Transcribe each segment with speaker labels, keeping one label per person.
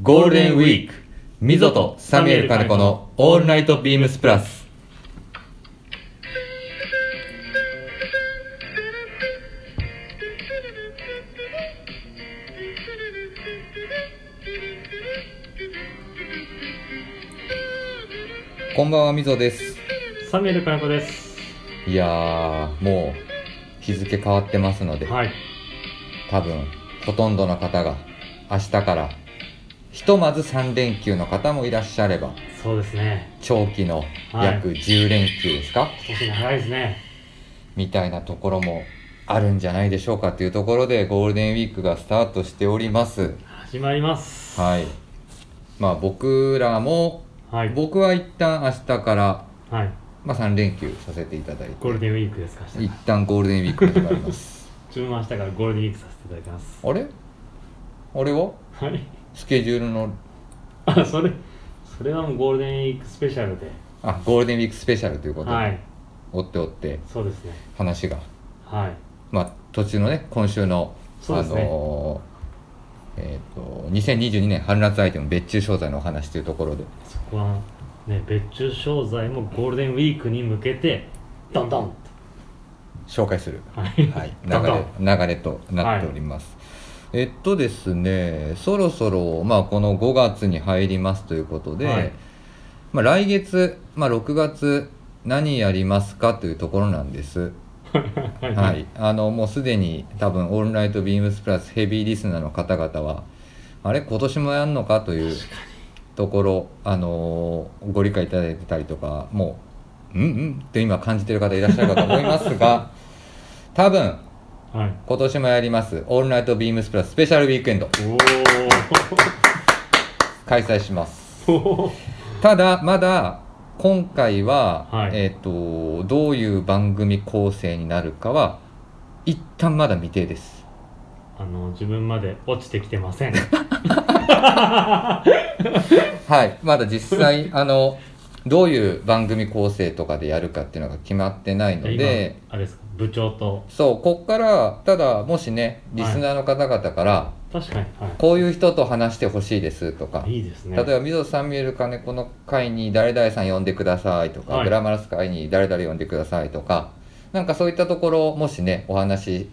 Speaker 1: ゴールデンウィーク、ミゾとサミュエル金子のオールナイトビームスプラス。こんばんは、ミゾです。
Speaker 2: サミュエル金子です。
Speaker 1: いやー、もう日付変わってますので、
Speaker 2: はい。
Speaker 1: 多分、ほとんどの方が明日から、ひとまず3連休の方もいらっしゃれば、
Speaker 2: そうですね。
Speaker 1: 長期の約10連休ですか、
Speaker 2: 今年長いですね。
Speaker 1: みたいなところもあるんじゃないでしょうかというところでゴールデンウィークがスタートしております
Speaker 2: 始まります。
Speaker 1: はいまあ僕らも、
Speaker 2: はい。
Speaker 1: 僕は一旦明日から、
Speaker 2: はい。
Speaker 1: まあ、3連休させていただいて
Speaker 2: ゴールデンウィークですか。明日
Speaker 1: 一旦ゴールデンウィーク始まります
Speaker 2: 自分は明日からゴールデンウィークさせていただきます。
Speaker 1: あれあれは
Speaker 2: はい。
Speaker 1: スケジュールの
Speaker 2: あ、それ、それはもうゴールデンウィークスペシャルで。
Speaker 1: あゴールデンウィークスペシャルということで、
Speaker 2: はい。
Speaker 1: 追って追って
Speaker 2: そうですね。
Speaker 1: 話が
Speaker 2: はい。
Speaker 1: まあ、途中のね今週の、
Speaker 2: そうですね
Speaker 1: あのーえっ、と2022年春夏アイテム別注商材のお話というところで
Speaker 2: そこは、ね、別注商材もゴールデンウィークに向けて、ドンドン
Speaker 1: 紹介する、
Speaker 2: と。はい。
Speaker 1: はい、流
Speaker 2: ドンドン。
Speaker 1: れ流れとなっております、えっとですねそろそろ、まあ、この5月に入りますということで、
Speaker 2: はい
Speaker 1: まあ、来月、まあ、6月何やりますかというところなんです
Speaker 2: はい。
Speaker 1: は
Speaker 2: はい。
Speaker 1: い、あのもうすでに多分「オールナイトビームスプラス」ヘビーリスナーの方々はあれ今年もやんのかというところ、あのーご理解いただいてたりとかもう「うんうん」って今感じてる方いらっしゃるかと思います が多分
Speaker 2: はい、
Speaker 1: 今年もやります「オールナイトビームスプラススペシャルウィークエンド
Speaker 2: お」
Speaker 1: 開催します
Speaker 2: ー おー。
Speaker 1: ただまだ今回は、
Speaker 2: はい
Speaker 1: えっ、とどういう番組構成になるかは一旦まだ未定です
Speaker 2: あの、自分まで落ちてきてません。
Speaker 1: はい、まだ実 際あのどういう番組構成とかでやるかっていうのが決まってないので
Speaker 2: 今あれですか部長と
Speaker 1: そうこっからただもしねリスナーの方々から、
Speaker 2: 確かに、は
Speaker 1: こういう人と話してほしいですとか、
Speaker 2: い、いいですね
Speaker 1: 例えば水戸サミュエル金子の会に誰々さん呼んでくださいとか、
Speaker 2: はい
Speaker 1: グラマラス会に誰々呼んでくださいとかなんかそういったところをもしねお話し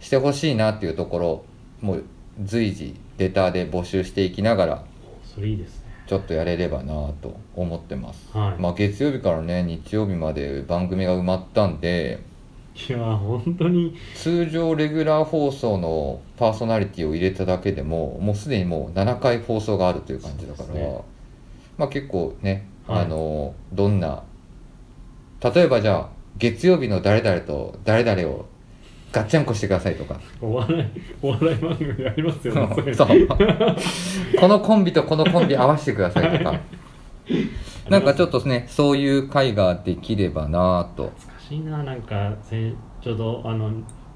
Speaker 1: してほしいなっていうところも随時レターで募集していきながら
Speaker 2: それいいですね
Speaker 1: ちょっとやれればなぁと思ってます、
Speaker 2: はい、
Speaker 1: まあ、月曜日からね日曜日まで番組が埋まったんで
Speaker 2: いやー本当に
Speaker 1: 通常レギュラー放送のパーソナリティを入れただけでももうすでにもう7回放送があるという感じだか
Speaker 2: そ
Speaker 1: ら、
Speaker 2: うですね
Speaker 1: まあ結構ね、
Speaker 2: は
Speaker 1: あ
Speaker 2: い
Speaker 1: のどんな例えばじゃあ月曜日の誰々と誰々をガッチャンコしてくださいとか
Speaker 2: お笑い お笑い番組ありますよねそれ
Speaker 1: そうこのコンビとこのコンビ合わせてくださいとかなんかちょっとねそういう会ができればなぁと
Speaker 2: 難しいななんか先ちょうどあの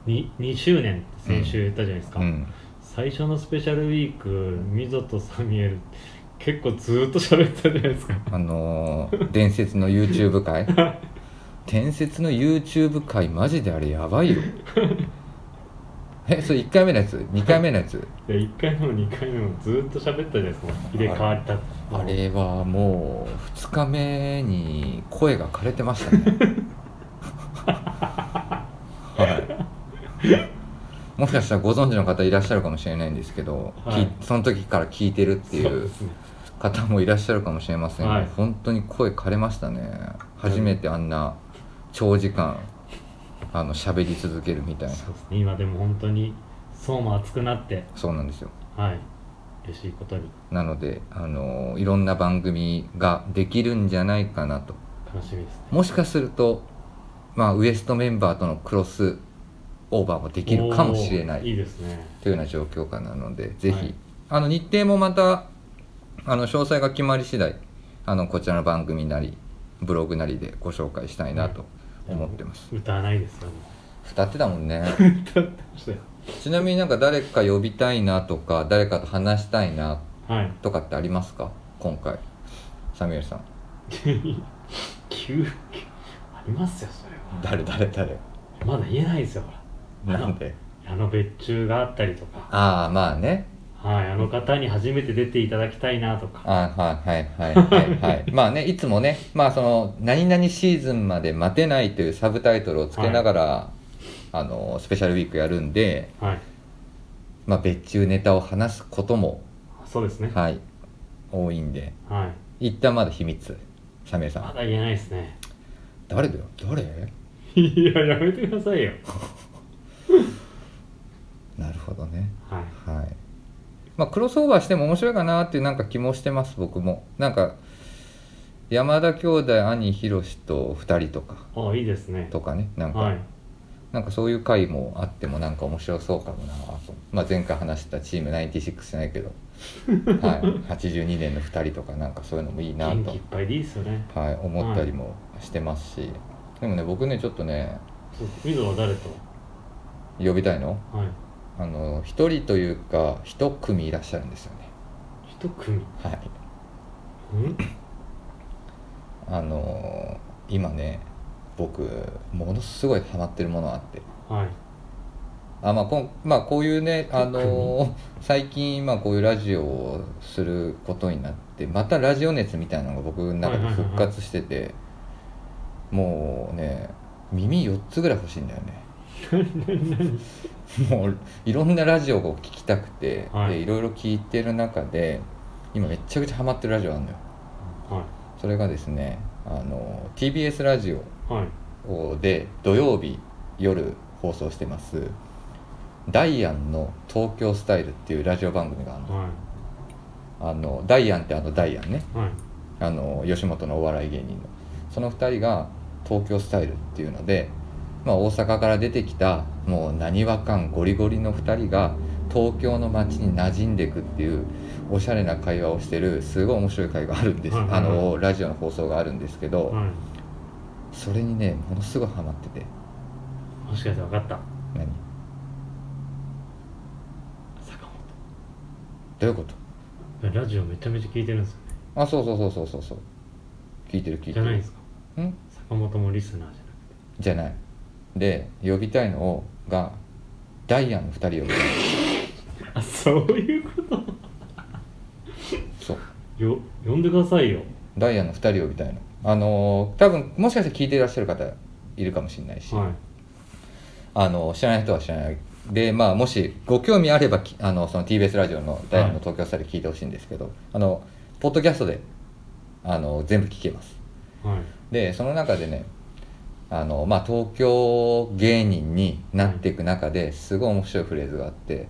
Speaker 2: 2, 2周年って先週言ったじゃないですか、
Speaker 1: うん
Speaker 2: 最初のスペシャルウィークミゾとサミュエル結構ずーっと喋ってたじゃないですか
Speaker 1: あのー伝説の YouTube 会伝説の YouTube 会マジであれやばいよえそれ1回目のやつ2回目のやつ
Speaker 2: いや1回目も2回目もずーっと喋ったじゃないですか入れ替わった
Speaker 1: あれはもう2日目に声が枯れてましたね はいもしかしたらご存知の方いらっしゃるかもしれないんですけど、
Speaker 2: はい
Speaker 1: きその時から聞いてるってい
Speaker 2: そう
Speaker 1: う
Speaker 2: ですね
Speaker 1: 方もいらっしゃるかもしれませんが、
Speaker 2: はい
Speaker 1: 本当に声枯れましたね初めてあんな長時間あの喋り続けるみたいな
Speaker 2: そうですね今でも本当に層も厚くなって
Speaker 1: そうなんですよ
Speaker 2: はい嬉しいことに
Speaker 1: なのであのいろんな番組ができるんじゃないかなと
Speaker 2: 楽しみですね
Speaker 1: もしかすると、まあ、ウエストメンバーとのクロスオーバーもできるかもしれな
Speaker 2: お
Speaker 1: い
Speaker 2: ーいいですね
Speaker 1: というような状況下なのでぜひ、
Speaker 2: はい
Speaker 1: あの日程もまたあの詳細が決まり次第あのこちらの番組なりブログなりでご紹介したいなと思ってます、
Speaker 2: 歌わないですよも
Speaker 1: 歌ってたもんね
Speaker 2: う歌ってましたよ
Speaker 1: ちなみになんか誰か呼びたいなとか誰かと話したいな
Speaker 2: はい
Speaker 1: とかってありますか今回サミュエルさん
Speaker 2: 急ありますよそれは
Speaker 1: 誰誰誰
Speaker 2: まだ言えないですよほら
Speaker 1: なんで
Speaker 2: あの別注があったりとか
Speaker 1: ああまあね
Speaker 2: はい、あの方に初めて出ていただきたいなとか
Speaker 1: あはいはいはいはいはいまあねいつもねまあその「何々シーズンまで待てない」というサブタイトルをつけながら、あのスペシャルウィークやるんで、
Speaker 2: はい
Speaker 1: まあ、別注ネタを話すことも
Speaker 2: そうですねは
Speaker 1: はい多いんで
Speaker 2: い、
Speaker 1: 一旦まだ秘密サミュエルさ
Speaker 2: ま
Speaker 1: ん
Speaker 2: だ言えないですね
Speaker 1: 誰だよ誰
Speaker 2: いややめてくださいよ
Speaker 1: なるほどね
Speaker 2: はい
Speaker 1: はいまあクロスオーバーしても面白いかなっていうなんか気もしてます僕もなんか山田兄弟兄ひろしと2人とか
Speaker 2: あいいですね
Speaker 1: とかねなんか、
Speaker 2: はい
Speaker 1: なんかそういう回もあってもなんか面白そうかもなと、まあ、前回話したチーム96じゃない けど、はい、82年の2人とかなんかそういうのもいいな
Speaker 2: 元
Speaker 1: と
Speaker 2: 気いっ、ぱいでいいですよね
Speaker 1: はい、思ったりもしてますし、でもね僕ねちょっとね
Speaker 2: そう水野は誰と
Speaker 1: 呼びたいの
Speaker 2: はい
Speaker 1: あの1人というか1組いらっしゃるんですよね
Speaker 2: 一組ん
Speaker 1: はいあの今ね僕ものすごいハマってるものがあって
Speaker 2: はい
Speaker 1: あまあこんまあ、こういうね、あのー最近、まあ、こういうラジオをすることになってまたラジオ熱みたいなのが僕の中で復活してて、もうね耳4つぐらい欲しいんだよねもういろんなラジオを聞きたくて、
Speaker 2: はい
Speaker 1: でいろいろ聞いてる中で今めっちゃくちゃハマってるラジオあるのよ
Speaker 2: は
Speaker 1: それがですねあの TBS ラジオ
Speaker 2: いはい
Speaker 1: で土曜日夜放送してますダイアンの「東京スタイル」っていうラジオ番組があるの
Speaker 2: は
Speaker 1: あのダイアンってあのダイアンね
Speaker 2: いはい
Speaker 1: あの吉本のお笑い芸人のその2人が「東京スタイル」っていうので、まあ、大阪から出てきたもうなにわ感ゴリゴリの2人が東京の街に馴染んでいくっていうおしゃれな会話をしてるすごい面白い会があるんです
Speaker 2: はいはい
Speaker 1: あ
Speaker 2: はい
Speaker 1: のラジオの放送があるんですけど
Speaker 2: はい
Speaker 1: それにねものすごいハマってて
Speaker 2: もしかして分かった
Speaker 1: 何ど
Speaker 2: 坂
Speaker 1: ういうこと
Speaker 2: 本ラジオめちゃめちゃ聞いてるんですよね
Speaker 1: あそうそうそうそうそうそう聞いてる聞い
Speaker 2: じ
Speaker 1: て
Speaker 2: ゃないん
Speaker 1: る
Speaker 2: ですか
Speaker 1: ん
Speaker 2: 坂本もリスナーじゃなくて
Speaker 1: じゃないで呼びたいのをがダイアンの2人呼びたい
Speaker 2: あそういうこと
Speaker 1: そう
Speaker 2: よ呼んでくださいよ
Speaker 1: ダイアンの2人呼びたいのあのー多分もしかして聞いていらっしゃる方いるかもしれないし、
Speaker 2: は
Speaker 1: あの知らない人は知らないでまあもしご興味あればきあのその TBS ラジオのダイアンの東京スタイル聞いてほしいんですけど、あのポッドキャストであの全部聞けます
Speaker 2: いはい
Speaker 1: でその中でねあの、まあ、東京芸人になっていく中ですごい面白いフレーズがあって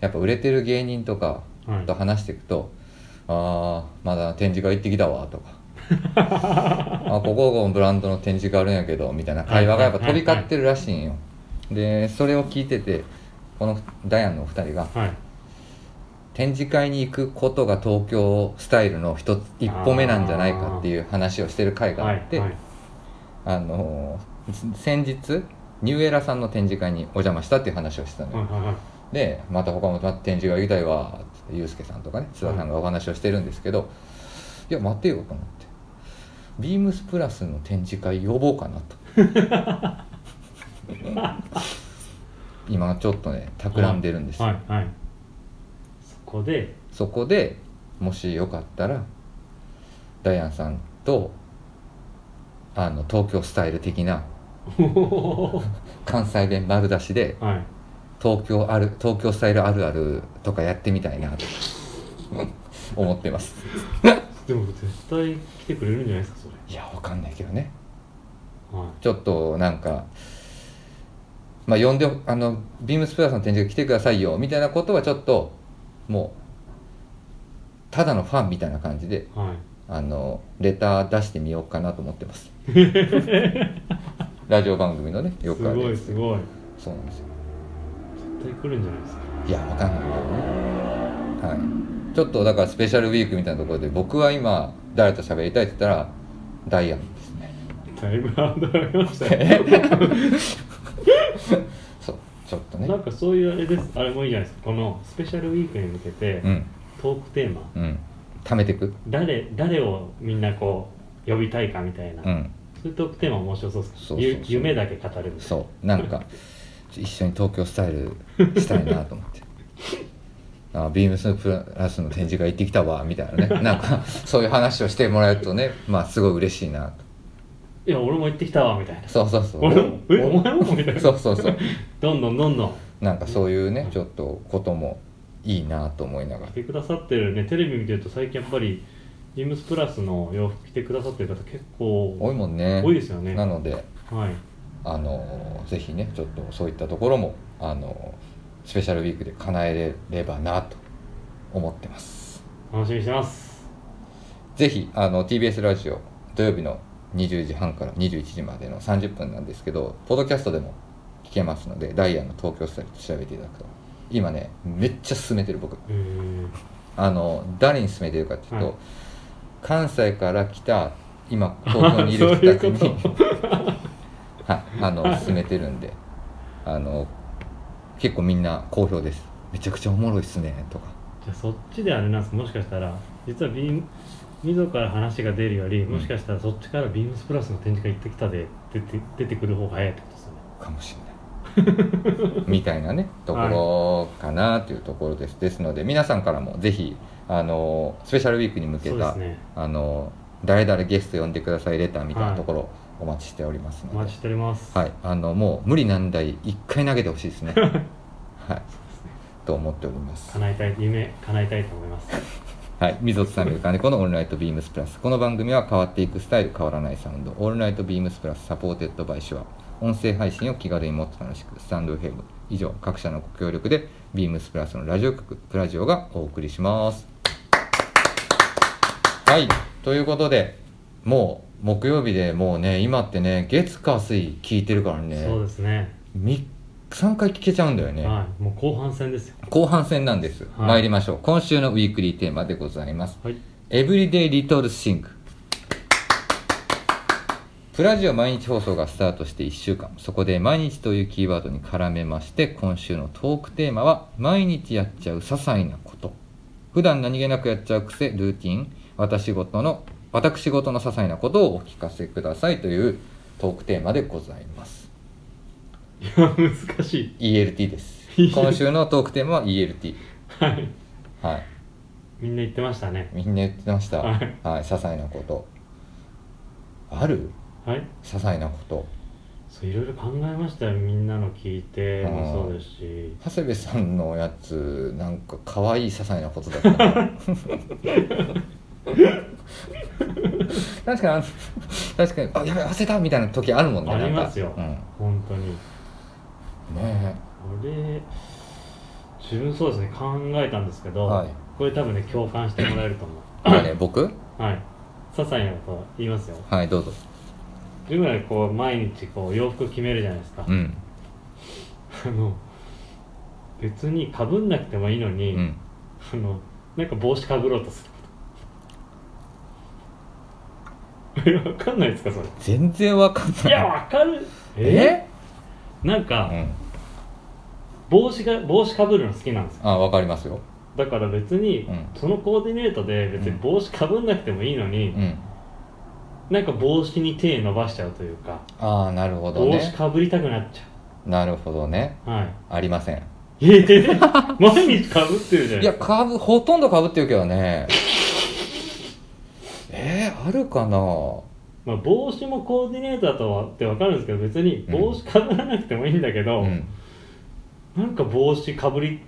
Speaker 1: やっぱ売れてる芸人とか
Speaker 2: はい
Speaker 1: と話していくと「ああまだ展示会行ってきたわ」と か「あここのブランドの展示会あるんやけど」みたいな会話がやっぱ飛び交ってるらしいんよ。でそれを聞いててこのダイアンのお二人が
Speaker 2: はい
Speaker 1: 展示会に行くことが東京スタイルの一つ一歩目なんじゃないかっていう話をしてる回があって。
Speaker 2: はいはい
Speaker 1: あのー先日ニューエラさんの展示会にお邪魔したっていう話をしてたのよ、
Speaker 2: はいはい
Speaker 1: でまた他もまた展示会行きたいわつってユうスケさんとかね須田さんがお話をしてるんですけど、いや待てよと思ってビームスプラスの展示会呼ぼうかなと今ちょっとね企んでるんですよ、
Speaker 2: はいはいそこで
Speaker 1: そこでもしよかったらダイアンさんとあの東京スタイル的な関西弁丸出しで
Speaker 2: はい
Speaker 1: 東京ある東京スタイルあるあるとかやってみたいな と思ってます
Speaker 2: でも絶対来てくれるんじゃないですかそれ
Speaker 1: いやわかんないけどね
Speaker 2: はい
Speaker 1: ちょっとなんかまあ呼んであのビームスプラスの展示会来てくださいよみたいなことはちょっともうただのファンみたいな感じで
Speaker 2: はい
Speaker 1: あのレター出してみようかなと思ってます ラジオ番組のねよ
Speaker 2: す
Speaker 1: くある
Speaker 2: ご
Speaker 1: や
Speaker 2: い
Speaker 1: つ
Speaker 2: すごい
Speaker 1: そうなんですよ
Speaker 2: 絶対来るんじゃないですか
Speaker 1: いや、わかんないけどね。はい。ちょっとだからスペシャルウィークみたいなところで、僕は今、誰と喋りたいって言ったら、ダイアンですね。
Speaker 2: だいぶハードル上げましたね
Speaker 1: そう、ちょっとね
Speaker 2: な。んかそういうあれですあれもいいじゃないですかこのスペシャルウィークに向けて
Speaker 1: うん、
Speaker 2: トークテーマ
Speaker 1: うん。貯めてく
Speaker 2: 誰誰をみんなこう呼びたいかみたいな、
Speaker 1: うん。
Speaker 2: そういうトークテーマ面白そうですけど
Speaker 1: そうそうそう
Speaker 2: ゆ夢だけ語るみたい
Speaker 1: そう。なんか、ちょ一緒に東京スタイルしたいなと思って。 あビームスプラスの展示会行ってきたわみたいな ねなんかそういう話をしてもらえるとねまあすごい嬉しいな
Speaker 2: 「いや俺も行ってきたわ」みたいな
Speaker 1: そうそうそ
Speaker 2: 「
Speaker 1: う
Speaker 2: 俺もえお前も?」みたいな
Speaker 1: そうそうそう
Speaker 2: どんどんどんどん
Speaker 1: なんかそういうねちょっとこともいいなと思いながら
Speaker 2: 来てくださってるねテレビ見てると最近やっぱりビームスプラスの洋服着てくださってる方結構
Speaker 1: 多いもんね
Speaker 2: 多いですよね
Speaker 1: なので
Speaker 2: はい
Speaker 1: あのぜひねちょっとそういったところもあのスペシャルウィークで叶えれればなと思ってます
Speaker 2: 楽しみにしてます
Speaker 1: ぜひあの TBS ラジオ土曜日の20時半から21時までの30分なんですけどポッドキャストでも聞けますのでダイヤの東京スタイルで調べていただくと今ねめっちゃ進めてる僕
Speaker 2: えー
Speaker 1: あの誰に勧めてるかっていうと、
Speaker 2: はい
Speaker 1: 関西から来た 今東京にいる人たち
Speaker 2: そうい
Speaker 1: に
Speaker 2: うこ
Speaker 1: はいあの勧めてるんであの結構みんな好評ですめちゃくちゃおもろいっすねとか
Speaker 2: じゃあそっちであれなんですもしかしたら実はビーム溝から話が出るより、
Speaker 1: ん
Speaker 2: もしかしたらそっちからビームスプラスの展示会行ってきたで出て出てくる方が早いってことですよね
Speaker 1: かもしれ ないみたいなねところかなというところです、ですので皆さんからもぜひあのスペシャルウィークに向け
Speaker 2: そうで
Speaker 1: た、
Speaker 2: すね
Speaker 1: あの誰々ゲスト呼んでくださいレターみたいなところお待ちしておりますの
Speaker 2: お
Speaker 1: で、
Speaker 2: 待ちしております、
Speaker 1: はい、あのもう無理難題一回投げてほしいです ね。はい、と思っております。
Speaker 2: 叶えたい夢叶えたいと思います
Speaker 1: はい、水落さんが金子のオールナイトビームスプラス。この番組は変わっていくスタイル変わらないサウンド。オールナイトビームスプラスサポーテッドバイシュア。音声配信を気軽にもっと楽しくスタンドフェム以上各社のご協力でビームスプラスのラジオ局プラジオがお送りします。はい、ということでもう木曜日でもうね今ってね月火水聞いてるからね。
Speaker 2: そうですね
Speaker 1: み3回聞けちゃうんだよね、
Speaker 2: はいもう後半戦ですよ
Speaker 1: 後半戦なんです、
Speaker 2: はい
Speaker 1: 参りましょう今週のウィークリーテーマでございます
Speaker 2: はい
Speaker 1: 「エブリデイ・リトル・シング」プラジオ毎日放送がスタートして1週間そこで「毎日」というキーワードに絡めまして今週のトークテーマは「毎日やっちゃう些細なこと」普段何気なくやっちゃう癖ルーティン私事の私事の些細なことをお聞かせくださいというトークテーマでございます
Speaker 2: いや 難しい
Speaker 1: ELT です
Speaker 2: ELT
Speaker 1: 今週のトークテーマは ELT
Speaker 2: はい
Speaker 1: はい
Speaker 2: みんな言ってましたね
Speaker 1: みんな言ってました
Speaker 2: は
Speaker 1: はい
Speaker 2: い、
Speaker 1: 些細なことある
Speaker 2: はい
Speaker 1: 些細なこと
Speaker 2: そういろいろ考えましたよみんなの聞いて
Speaker 1: あー
Speaker 2: もそうですし
Speaker 1: 長谷部さんのやつなんか可愛い些細なことだった な確かにあの確かにあやべ忘れたみたいな時あるもんね
Speaker 2: ありますよ
Speaker 1: なんか
Speaker 2: 本当に
Speaker 1: うん、ね
Speaker 2: これ自分そうですね考えたんですけど、
Speaker 1: はい
Speaker 2: これ多分ね共感してもらえると思
Speaker 1: え あれ僕
Speaker 2: うはい些細なこと言いますよ
Speaker 1: はいどうぞ
Speaker 2: 自分らこう毎日こう洋服決めるじゃないですか、
Speaker 1: うん
Speaker 2: あの別にかぶんなくてもいいの
Speaker 1: う
Speaker 2: に、
Speaker 1: ん
Speaker 2: あのなんか帽子かぶろうとするえ わかんないですかそれ
Speaker 1: 全然わかんない
Speaker 2: いやわかる
Speaker 1: え
Speaker 2: なんか、
Speaker 1: うん
Speaker 2: 帽子が帽子かぶるの好きなんですよ
Speaker 1: あわかりますよ
Speaker 2: だから別に、
Speaker 1: うん
Speaker 2: そのコーディネートで別に帽子かぶんなくてもいいのに、
Speaker 1: うん
Speaker 2: なんか帽子に手伸ばしちゃうというか、
Speaker 1: ああなるほど
Speaker 2: 帽子
Speaker 1: ね
Speaker 2: かぶりたくなっちゃ
Speaker 1: なるほどね
Speaker 2: うはい
Speaker 1: ありません
Speaker 2: えー毎日かぶってるじゃない
Speaker 1: いやかぶほとんどかぶってるけどね えー、あるかな
Speaker 2: まあ、帽子もコーディネートだとはってわかるんですけど別に帽子かぶらなくてもいいんだけど、
Speaker 1: うん
Speaker 2: なんか帽子かぶり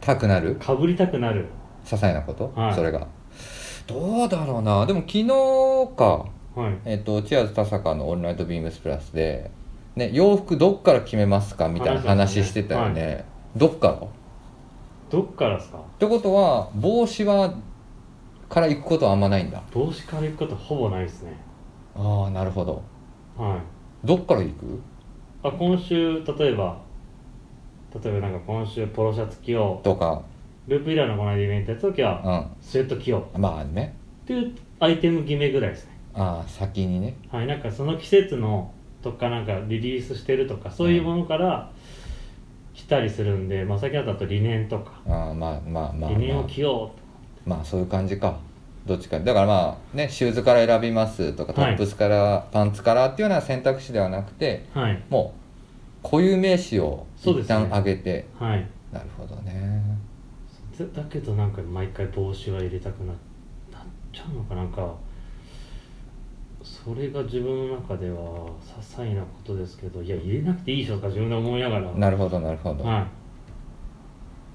Speaker 1: たくなる
Speaker 2: かぶりたくなる
Speaker 1: 些細なこと、
Speaker 2: はい
Speaker 1: それがどうだろうなでも昨日か
Speaker 2: はい
Speaker 1: えっ、とチアーズ田坂の「オールナイトビームスプラスで」ね、洋服どっから決めますかみたいな話
Speaker 2: 話
Speaker 1: し
Speaker 2: してて
Speaker 1: た
Speaker 2: た
Speaker 1: よ
Speaker 2: よね
Speaker 1: ねどっからっ
Speaker 2: どっからですか
Speaker 1: てことは帽子はから行くことはあんまないんだ
Speaker 2: 帽子から行くことほぼないですね
Speaker 1: ああなるほど
Speaker 2: はい
Speaker 1: どっから行く
Speaker 2: あ今週例えば例えばなんか今週ポロシャツ着よ
Speaker 1: とか
Speaker 2: うループイラーのこの間イベントやった時は
Speaker 1: う
Speaker 2: スウェット着ようん
Speaker 1: まあね
Speaker 2: っていうアイテム決めぐらいですね
Speaker 1: ああ先にね
Speaker 2: はいなんかその季節のとかなんかリリースしてるとかそういうものから来たりするんで、まあ先ほどだとリネンとか
Speaker 1: ああまあまあまあ、
Speaker 2: リネン
Speaker 1: まあ、
Speaker 2: を着ようと
Speaker 1: まあそういう感じかどっちかだからまあねシューズから選びますとかト
Speaker 2: はい
Speaker 1: ップスから、パンツからっていうような選択肢ではなくて
Speaker 2: はい
Speaker 1: もう固有名詞を
Speaker 2: そうで
Speaker 1: 一
Speaker 2: すね
Speaker 1: 旦上げて、
Speaker 2: はい
Speaker 1: なるほどね
Speaker 2: ずだけどなんか毎回帽子は入れたくななっちゃうのかなんかそれが自分の中では些細なことですけどいや入れなくていいでしょとか自分で思いながら
Speaker 1: なるほどなるほど、
Speaker 2: はい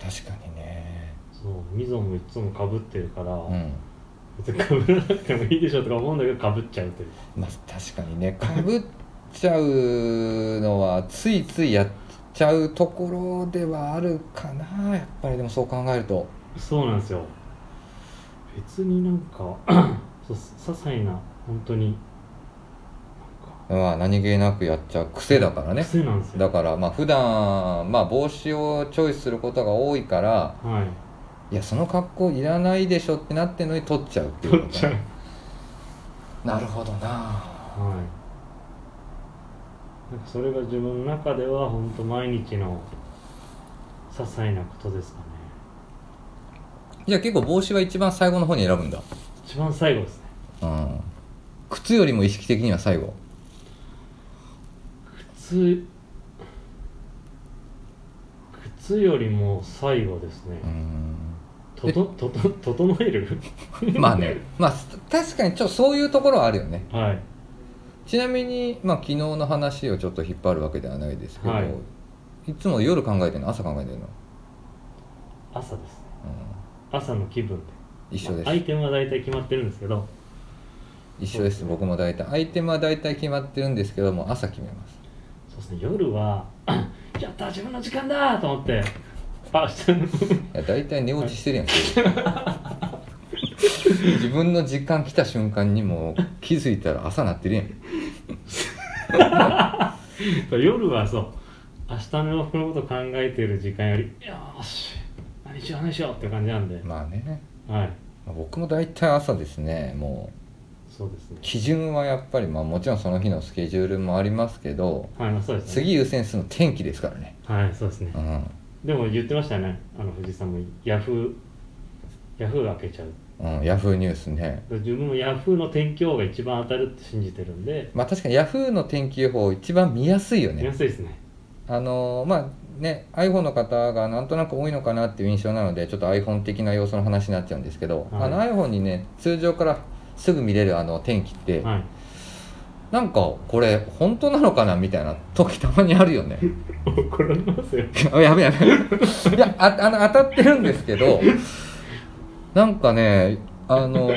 Speaker 1: 確かにね
Speaker 2: そう溝もいつもかぶってるから、
Speaker 1: うん
Speaker 2: 別にかぶらなくてもいいでしょとか思うんだけどかぶっちゃうという
Speaker 1: まあ確かにねかぶっちゃうのはついついやっちゃうところではあるかなやっぱりでもそう考えると
Speaker 2: そうなんですよ別になんか そう些細な本当になんか
Speaker 1: まあ何気なくやっちゃう癖だからね
Speaker 2: 癖なんですよ
Speaker 1: だからまあ普段まあ帽子をチョイスすることが多いから
Speaker 2: はい
Speaker 1: いやその格好いらないでしょってなってんのに取っちゃうっていう
Speaker 2: 取
Speaker 1: こ
Speaker 2: っ
Speaker 1: と
Speaker 2: ちゃう
Speaker 1: なるほどな
Speaker 2: はいなんかそれが自分の中では本当毎日の些細なことですかね
Speaker 1: じゃあ結構帽子は一番最後の方に選ぶんだ
Speaker 2: 一番最後ですね
Speaker 1: うん靴よりも意識的には最後
Speaker 2: 靴靴よりも最後ですね
Speaker 1: う、ん
Speaker 2: とととと整える
Speaker 1: まあねまあ確かにちょっとそういうところはあるよね
Speaker 2: はい
Speaker 1: ちなみに、まあ、昨日の話をちょっと引っ張るわけではないですけど、、
Speaker 2: はい
Speaker 1: つも夜考えてるの朝考えてるの、
Speaker 2: 朝ですね
Speaker 1: う
Speaker 2: 朝の気分で
Speaker 1: ん、一緒です
Speaker 2: アイテムは大体決まってるんですけど
Speaker 1: 一緒です僕も大体アイテムは大体決まってるんですけども朝決めます
Speaker 2: そうですね夜は やった自分の時間だと思ってあし
Speaker 1: いや大体寝落ちしてるやん自分の時間来た瞬間にもう気づいたら朝なってるやん
Speaker 2: 夜はそう明日の洋服のこと考えてる時間よりよーし何しよう何しようって感じなんで、
Speaker 1: まあね
Speaker 2: はい
Speaker 1: まあ僕も大体朝ですねもう
Speaker 2: そうですね
Speaker 1: 基準はやっぱり、まあ、もちろんその日のスケジュールもありますけど
Speaker 2: はいまあそうですね
Speaker 1: 次優先するの天気ですからね
Speaker 2: はいそうですね
Speaker 1: うん
Speaker 2: でも言ってましたよねあの藤井さんもヤフーヤフーが開けちゃう
Speaker 1: うん、ヤフーニュースね。
Speaker 2: 自分もヤフーの天気予報が一番当たるって信じてるんで
Speaker 1: まあ確かにヤフーの天気予報一番見やすいよ
Speaker 2: 見や
Speaker 1: ね。
Speaker 2: すいですね
Speaker 1: あのーまあね、iPhone の方がなんとなく多いのかなっていう印象なので、ちょっと iPhone 的な要素の話になっちゃうんですけど、
Speaker 2: は
Speaker 1: あ
Speaker 2: い
Speaker 1: の iPhone にね、通常からすぐ見れるあの天気って、
Speaker 2: はい
Speaker 1: なんかこれ本当なのかなみたいな時たまにあるよね。
Speaker 2: 怒られますよ
Speaker 1: あやべやべ。いや、ああの当たってるんですけど、なんかね、あの、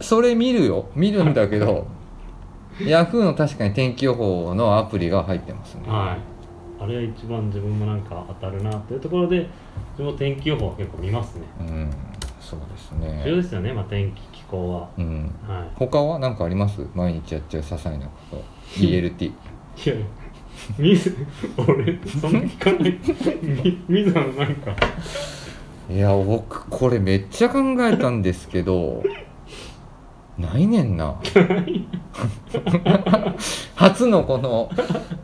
Speaker 1: それ見るよ。見るんだけど、ヤフーの確かに天気予報のアプリが入ってますね。
Speaker 2: はいあれは一番自分もなんか当たるなっていうところで自分も天気予報は結構見ますね
Speaker 1: うん、そうです
Speaker 2: 重
Speaker 1: ね。
Speaker 2: 要ですよね、まあ、天気気候は
Speaker 1: うん。
Speaker 2: は
Speaker 1: 他は何かあります毎日やっちゃう些細なこと。ELT。
Speaker 2: いいやミズ 俺そんな聞かないみミズのなんか
Speaker 1: いや、僕、これめっちゃ考えたんですけど、ないねんな。初のこの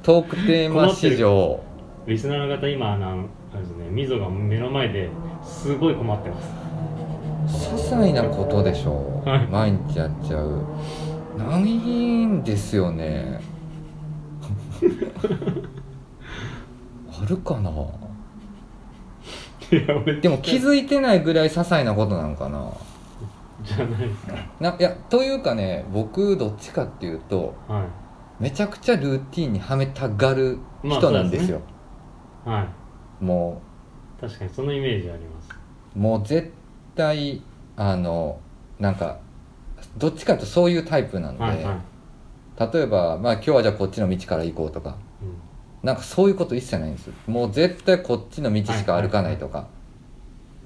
Speaker 1: トークテーマ史上、
Speaker 2: リスナーの方今あのあれですねミゾが目の前ですごい困ってます
Speaker 1: 些細なことでしょ
Speaker 2: はい
Speaker 1: 毎日やっちゃうないんですよ ねあるかない
Speaker 2: や俺
Speaker 1: でも気づいてないぐらい些細なことなのかな
Speaker 2: じゃないですか
Speaker 1: ないやというかね僕どっちかっていうと
Speaker 2: は
Speaker 1: めちゃくちゃルーティンにはめたがる人なんですよ、
Speaker 2: いはい
Speaker 1: も
Speaker 2: 確かにそのイメージあります
Speaker 1: うもう絶対あのなんかどっちかというとそういうタイプなので、
Speaker 2: はいはい、
Speaker 1: 例えば、まあ、今日はじゃあこっちの道から行こうとか
Speaker 2: うん、
Speaker 1: なんかそういうこと一切ないんですよもう絶対こっちの道しか歩かないとか、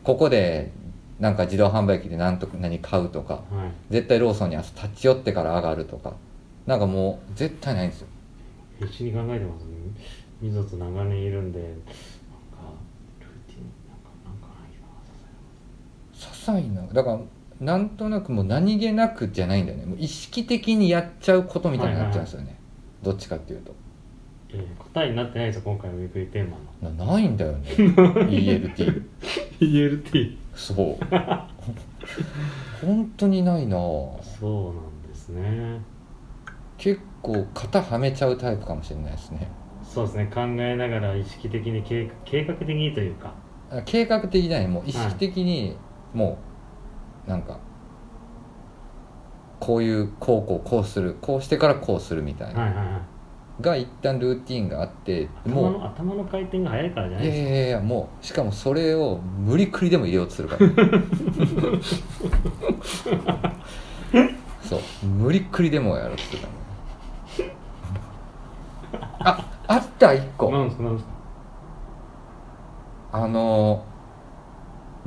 Speaker 1: ここでなんか自動販売機で何と何買うとか
Speaker 2: はい
Speaker 1: 絶対ローソンに朝立ち寄ってから上がるとかなんかもう絶対ないんですよ
Speaker 2: 必死に考えてますねみぞと長年いるんでなんかルーティンなんかなんかないなさすがに
Speaker 1: 些細なだからなんとなくもう何気なくじゃないんだよねもう意識的にやっちゃうことみたいになっちゃうんですよね、どっちかっていうと
Speaker 2: いやいや答えになってないですよ今回のウィークリーテーマの
Speaker 1: なないんだよね ELT
Speaker 2: ELT
Speaker 1: そう本当にないなぁ
Speaker 2: そうなんですね
Speaker 1: 結構型はめちゃうタイプかもしれないですね
Speaker 2: そうですね考えながら意識的に計画計画的にというか
Speaker 1: 計画的じゃないもう意識的にもうなんかこういうこうこうこうするこうしてからこうするみたいな
Speaker 2: はいはいはい
Speaker 1: が一旦ルーティンがあって
Speaker 2: 頭
Speaker 1: も
Speaker 2: の頭の回転が速いからじゃ
Speaker 1: う
Speaker 2: ない
Speaker 1: いやいや
Speaker 2: です
Speaker 1: いやいやもうしかもそれを無理くりでも入れようとするから そう無理くりでもやろうとするからねああった一
Speaker 2: か
Speaker 1: 個
Speaker 2: なんですかなんですか
Speaker 1: あの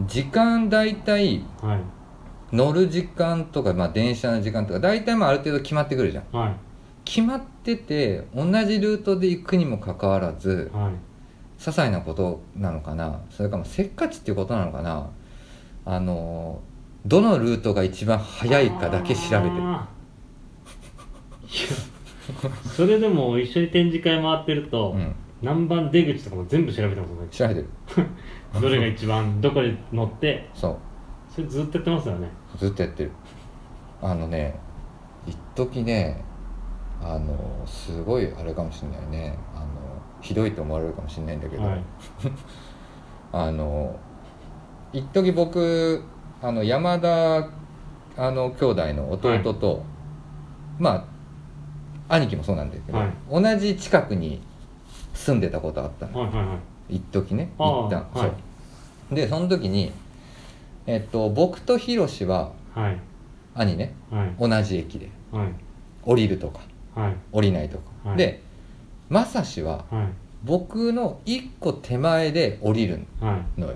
Speaker 1: 時間大体
Speaker 2: はい
Speaker 1: 乗る時間とか、まあ、電車の時間とか大体まあある程度決まってくるじゃん
Speaker 2: は
Speaker 1: 決まってて同じルートで行くにもかかわらず
Speaker 2: いはい
Speaker 1: 些細なことなのかなそれかもせっかちっていうことなのかなあのどのルートが一番早いかだけ調べてる
Speaker 2: あーいやそれでも一緒に展示会回ってると、
Speaker 1: うん
Speaker 2: 南蛮出口とかも全部調べてますよね
Speaker 1: 調べてる
Speaker 2: どれが一番どこで乗って
Speaker 1: そ
Speaker 2: それずっとやってますよね
Speaker 1: うずっとやってるあのね一時ねあのすごいあれかもしれないねあのひどいと思われるかもしれないんだけど、
Speaker 2: はい
Speaker 1: あの一時僕あの山田あの兄弟の弟と、まあ兄貴もそうなんですけど、
Speaker 2: はい
Speaker 1: 同じ近くに住んでたことあったの
Speaker 2: はいはいはい
Speaker 1: 一時ね
Speaker 2: ああ
Speaker 1: 一旦
Speaker 2: はい
Speaker 1: そうでその時にえっと僕とヒロシは
Speaker 2: はい
Speaker 1: 兄ね
Speaker 2: はい
Speaker 1: 同じ駅で
Speaker 2: はい
Speaker 1: 降りるとか
Speaker 2: はい
Speaker 1: 降りないとか、
Speaker 2: はい
Speaker 1: でまさしは
Speaker 2: はい
Speaker 1: 僕の一個手前で降りるの
Speaker 2: はい
Speaker 1: のよ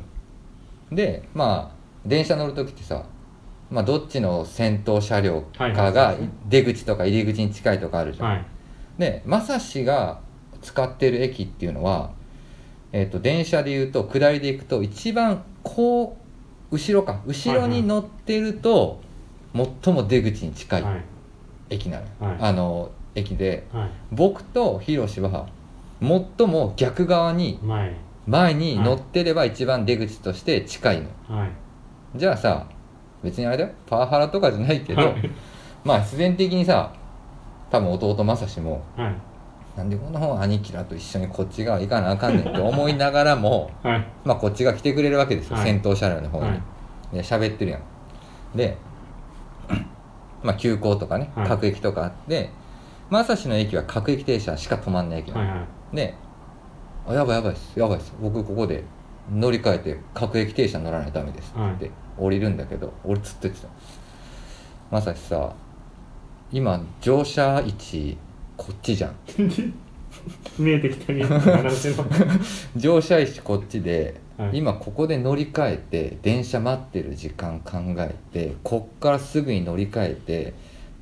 Speaker 1: でまあ電車乗る時ってさ、まあ、どっちの先頭車両
Speaker 2: は
Speaker 1: か
Speaker 2: いはい
Speaker 1: が
Speaker 2: そうですね
Speaker 1: 出口とか入り口に近いとかあるじゃん、
Speaker 2: はい
Speaker 1: で正志が使ってる駅っていうのは、えっと電車でいうと下りで行くと一番こう後ろか後ろに乗ってると最も出口に近
Speaker 2: はい
Speaker 1: い
Speaker 2: はい
Speaker 1: 駅なのよ、
Speaker 2: はい
Speaker 1: あの駅で
Speaker 2: はい
Speaker 1: 僕とヒロシは最も逆側に
Speaker 2: 前
Speaker 1: 前に乗ってれば一番出口として近いの
Speaker 2: はい
Speaker 1: じゃあさ別にあれだよパワハラとかじゃないけど、
Speaker 2: はい
Speaker 1: まあ必然的にさ多分弟正志も
Speaker 2: はい
Speaker 1: なんでこんな本兄貴らと一緒にこっち側行かなあかんねんって思いながらも
Speaker 2: はい
Speaker 1: まあこっちが来てくれるわけですよ、
Speaker 2: はい
Speaker 1: 先頭車両の方に、
Speaker 2: はい
Speaker 1: で喋ってるやんでまあ急行とかね
Speaker 2: はい
Speaker 1: 各駅とかあって、まあ正志の駅は各駅停車しか止まんない駅なの、
Speaker 2: はいはい
Speaker 1: で「あやばいやばいですやばいです僕ここで乗り換えて各駅停車乗らないとダメです」
Speaker 2: はい
Speaker 1: って降りるんだけど、俺ずっと言ってたまさしさ今乗車位置こっちじゃん
Speaker 2: 見えてきた見えてきた話の
Speaker 1: 乗車位置こっちで、
Speaker 2: はい
Speaker 1: 今ここで乗り換えて電車待ってる時間考えてこっからすぐに乗り換えて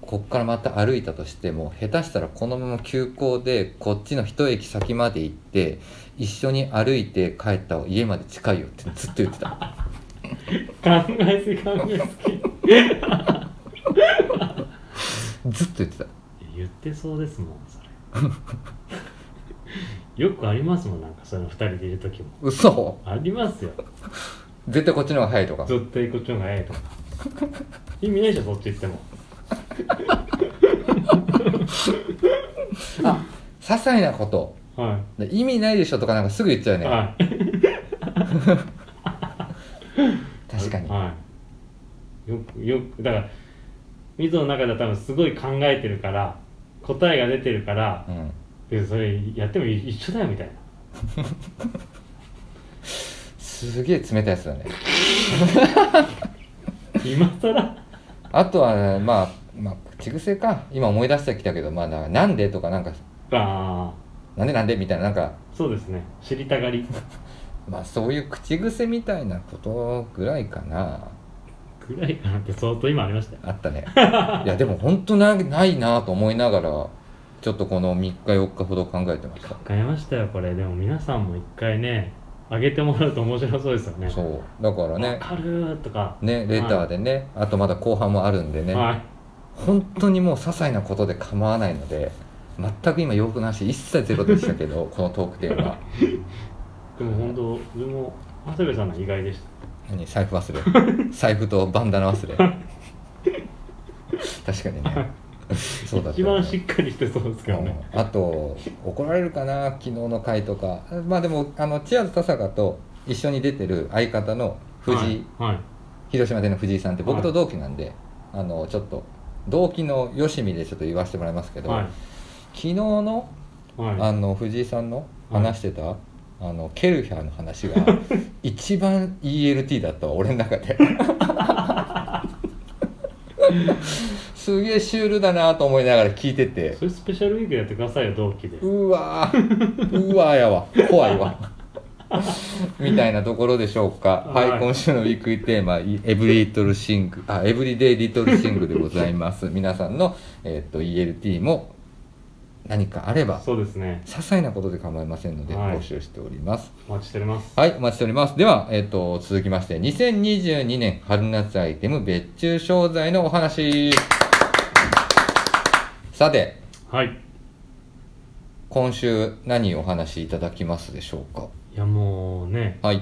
Speaker 1: こっからまた歩いたとしても下手したらこのまま急行でこっちの一駅先まで行って一緒に歩いて帰った家まで近いよってずっと言ってた
Speaker 2: 考えすぎ考えすぎ
Speaker 1: ずっと言ってた
Speaker 2: 言ってそうですもんそれよくありますもんなんかその二人でいる時も
Speaker 1: 嘘
Speaker 2: ありますよ
Speaker 1: 絶対こっちの方が早いとか
Speaker 2: 絶対こっちの方が早いとか意味ないでしょそっち行っても
Speaker 1: あ些細なこと
Speaker 2: は
Speaker 1: で意味ないでしょとかなんかすぐ言っちゃう
Speaker 2: い
Speaker 1: よね、
Speaker 2: はい
Speaker 1: 確かに、
Speaker 2: はいよくよくだから水野の中では多分すごい考えてるから答えが出てるから
Speaker 1: うん、
Speaker 2: 別にそれやっても一緒だよみたいな
Speaker 1: すげえ冷たいやつだね
Speaker 2: 今更ら
Speaker 1: あとは、ね、まあ、まあ、口癖か。今思い出してきたけど、まあ、ななんでとか、なんか、
Speaker 2: あ
Speaker 1: なんでなんでみたいな、なんか、
Speaker 2: ーそうですね知りたがり
Speaker 1: まあ、そういう口癖みたいなことぐらいかな。
Speaker 2: ぐらいかなって相当今ありましたよ
Speaker 1: あったね。 いや、でも、本当なないなと思いながら、ちょっとこの3日、4日ほど考えてまし
Speaker 2: 変えましたよこれでも皆さんも一回ね上げてもらうと面白そうですよ
Speaker 1: た。
Speaker 2: ね
Speaker 1: そう。だから
Speaker 2: わ
Speaker 1: ね、
Speaker 2: かるーとか
Speaker 1: ね、レターでね、あとまだ後半もあるんでね、
Speaker 2: はい
Speaker 1: 本当にもう些細なことで構わないので、全く今、洋服の話、一切ゼロでしたけど、このトークテーマ。
Speaker 2: でも本当自分も長谷部さんのは意外でした
Speaker 1: 何財布忘 れ財布とバンダナ忘れ確かに ねそうだった
Speaker 2: 一
Speaker 1: よね
Speaker 2: 番しっかりしてそうですけどね
Speaker 1: うんあと怒られるかな昨日の回とかまあでもあのチアーズ田坂と一緒に出てる相方の藤井、
Speaker 2: はい、はい
Speaker 1: 広島での藤井さんって僕と同期なんで、あのちょっと同期のよしみでちょっと言わせてもらいますけど、
Speaker 2: はい
Speaker 1: 昨日の
Speaker 2: はい
Speaker 1: あの藤井さんの話してた、あのケルヒャーの 話が一番 ELT だったわ俺の中ですげえシュールだなと思いながら聞いてて
Speaker 2: それスペシャルウィークやってくださいよ同期で
Speaker 1: うわーうわーやわ怖いわみたいなところでしょうかは、
Speaker 2: はいい
Speaker 1: 今週のウィークリーテーマ「エブリリトルシング」あ「エブリデイリトルシング」でございます皆さんの、えー、と ELT も何かあれば
Speaker 2: そうですね
Speaker 1: 些細なことで構いませんので
Speaker 2: はい
Speaker 1: 募集しております
Speaker 2: お待ちしております
Speaker 1: はい、お待ちしておりますでは、えっと続きまして2022年春夏アイテム別注商材のお話さて
Speaker 2: はい
Speaker 1: 今週何お話しいただきますでしょうか
Speaker 2: いやもうね
Speaker 1: はい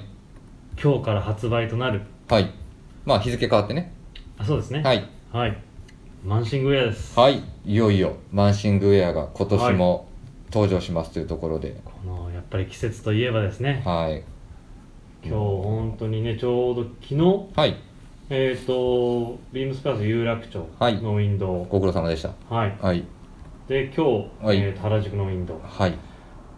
Speaker 2: 今日から発売となる
Speaker 1: はいまあ日付変わってね
Speaker 2: あそうですね
Speaker 1: はい
Speaker 2: はいマンシングウェアです
Speaker 1: はいいよいよマンシングウェアが今年も登場しますというところで
Speaker 2: このやっぱり季節といえばですね
Speaker 1: はい
Speaker 2: 今日本当にねちょうど昨日
Speaker 1: はい
Speaker 2: えっ、とビームスプラス有楽町
Speaker 1: はい
Speaker 2: のウィンドウ
Speaker 1: ご苦労様でした
Speaker 2: はい、
Speaker 1: はい
Speaker 2: で今日、
Speaker 1: はい
Speaker 2: えーと原宿のウィンドウ
Speaker 1: はい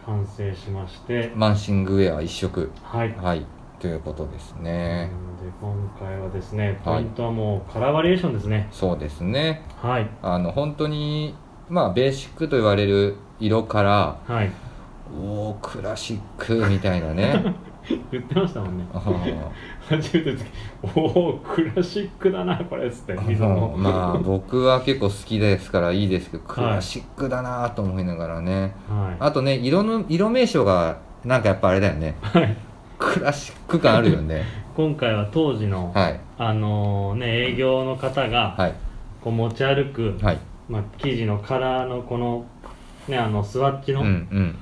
Speaker 2: 完成しまして
Speaker 1: マンシングウェア一色
Speaker 2: はい、
Speaker 1: はいということです
Speaker 2: な
Speaker 1: ね
Speaker 2: ので今回はですねポ
Speaker 1: はい
Speaker 2: イントはもうカラーバリエーションですね
Speaker 1: そうですね
Speaker 2: はい
Speaker 1: あの本当にまあベーシックと言われる色から
Speaker 2: はい
Speaker 1: おークラシックみたいなね
Speaker 2: 言ってましたもんね
Speaker 1: あー
Speaker 2: 初めての時おおクラシックだなこれっつって水
Speaker 1: も
Speaker 2: も
Speaker 1: うまあ僕は結構好きですからいいですけどク
Speaker 2: い
Speaker 1: ラシックだなと思いながらね、
Speaker 2: は
Speaker 1: あとね色の色名称がなんかやっぱあれだよね
Speaker 2: い、はい、
Speaker 1: クラシック感あるよね
Speaker 2: 今回は当時の、
Speaker 1: はい
Speaker 2: あのね営業の方が
Speaker 1: はい
Speaker 2: こう持ち歩く、
Speaker 1: はい
Speaker 2: まあ、生地のカラーのこのねあのスワッチ
Speaker 1: うん
Speaker 2: の、
Speaker 1: う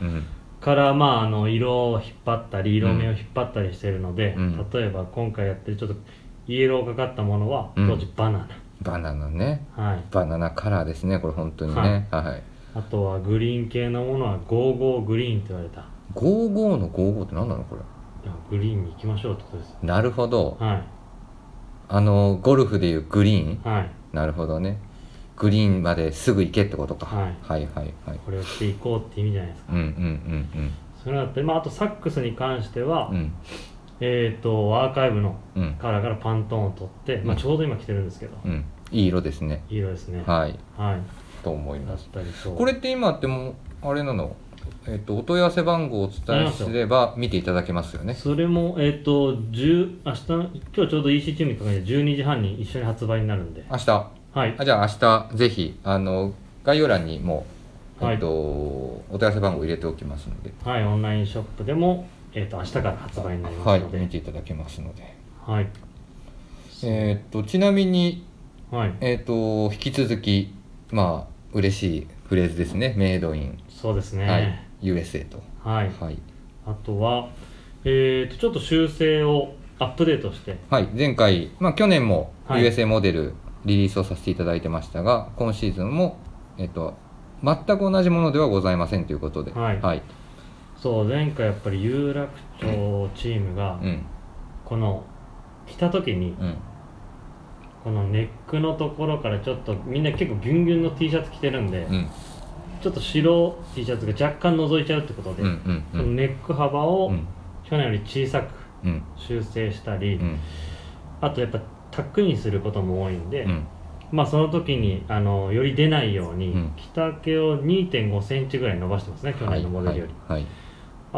Speaker 1: ん
Speaker 2: からまああの色を引っ張ったり色目を引っ張ったりしてるので、
Speaker 1: うん
Speaker 2: 例えば今回やってるちょっとイエローがかったものは
Speaker 1: うん
Speaker 2: 当時バナ
Speaker 1: うんバナナね
Speaker 2: ナ、はい
Speaker 1: バナナカラーですねこれ本当にねはい
Speaker 2: あとはグリーン系のものは55グリーンって言われたい
Speaker 1: 55の55って何なのこれ
Speaker 2: やグリーンに行きましょうってことです
Speaker 1: なるほど
Speaker 2: は
Speaker 1: あのゴルフでいうグリーン
Speaker 2: いはい
Speaker 1: なるほどねグリーンまですぐ行けってことか、
Speaker 2: はい
Speaker 1: はいはいはい
Speaker 2: これをしていこうって意味じゃないですか
Speaker 1: うんうん
Speaker 2: それだって、まあ、あとサックスに関しては、
Speaker 1: うんうん
Speaker 2: えっ、とアーカイブの
Speaker 1: うんうん
Speaker 2: カラーからパントーンを取って、まあ、ちょうど今着てるんですけど、
Speaker 1: うんいい色ですね
Speaker 2: いい色ですねは
Speaker 1: はい
Speaker 2: い、
Speaker 1: と思い
Speaker 2: だ
Speaker 1: ま
Speaker 2: っ
Speaker 1: す
Speaker 2: たりそう
Speaker 1: これって今ってもうあれなのえっ、とお問い合わせ番号をお伝えすれば見ていただけますよね
Speaker 2: それもえっ、と10明日の今日ちょうど EC チームにかけて12時半に一緒に発売になるんで
Speaker 1: 明日あ
Speaker 2: はい
Speaker 1: じゃあ明日ぜひあの概要欄にもう
Speaker 2: はい
Speaker 1: えっ、と、お問い合わせ番号入れておきますので
Speaker 2: はいオンラインショップでもえっ、と明日から発売になりま
Speaker 1: は
Speaker 2: す
Speaker 1: い
Speaker 2: ので
Speaker 1: 見ていただけますので
Speaker 2: はい
Speaker 1: えっ、とちなみに
Speaker 2: はい
Speaker 1: えっ、と引き続きまあ嬉しいフレーズですねメイドイン、
Speaker 2: そうです
Speaker 1: はい
Speaker 2: ね、
Speaker 1: USA と
Speaker 2: はい、
Speaker 1: はい、
Speaker 2: あとはえっ、とちょっと修正をアップデートして
Speaker 1: はい、前回、まあ、去年も
Speaker 2: はい
Speaker 1: USA モデルリリースをさせていただいてましたが、今シーズンも、えっと、全く同じものではございませんということで、
Speaker 2: はいそう前回やっぱり有楽町チームが
Speaker 1: うん
Speaker 2: この着た時に
Speaker 1: うん、
Speaker 2: このネックのところからちょっとみんな結構ギュンギュンの T シャツ着てるんで、
Speaker 1: うん、
Speaker 2: ちょっと白 T シャツが若干覗いちゃうってことで、
Speaker 1: うん、うん、
Speaker 2: そうの
Speaker 1: ん、
Speaker 2: ネック幅
Speaker 1: う
Speaker 2: を
Speaker 1: ん、
Speaker 2: 去年より小さく
Speaker 1: うん、
Speaker 2: 修正したり、
Speaker 1: うん、
Speaker 2: あとやっぱタックインすることも多いんで、
Speaker 1: うん、
Speaker 2: まあその時にあのより出ないように、
Speaker 1: うん
Speaker 2: 着丈を2 5センチぐらい伸ばしてますね去年のモデルより、
Speaker 1: はい、はい、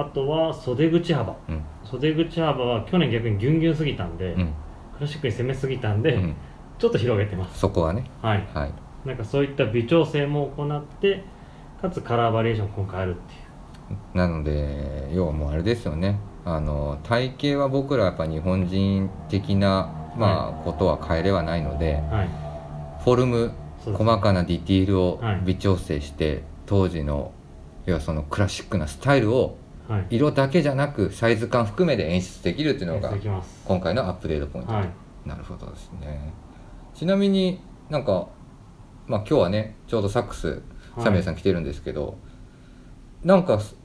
Speaker 2: あとは袖口幅
Speaker 1: うん、
Speaker 2: 袖口幅は去年逆にギュンギュンすぎたんで、
Speaker 1: うん、
Speaker 2: クラシックに攻めすぎたんで、
Speaker 1: うん、
Speaker 2: ちょっと広げてます
Speaker 1: そこはね、
Speaker 2: はい
Speaker 1: はい、
Speaker 2: なんかそういった微調整も行ってかつカラーバリエーションを今回あるっていう
Speaker 1: なので、要はもうあれですよね、あの体型は僕らやっぱ日本人的な、まあ、ことは変えれはないので、
Speaker 2: はい
Speaker 1: フォルム
Speaker 2: そうです
Speaker 1: 細かなディティールを
Speaker 2: はい
Speaker 1: 微調整して、当時の要はそのクラシックなスタイルを
Speaker 2: はい
Speaker 1: 色だけじゃなくサイズ感含めで演出できるっていうのが
Speaker 2: できます
Speaker 1: 今回のアップデートポイント、
Speaker 2: はい
Speaker 1: なるほどですねちなみになんかまあ今日はねちょうどサックス
Speaker 2: はい
Speaker 1: サミュエルさん来てるんですけど、なんかす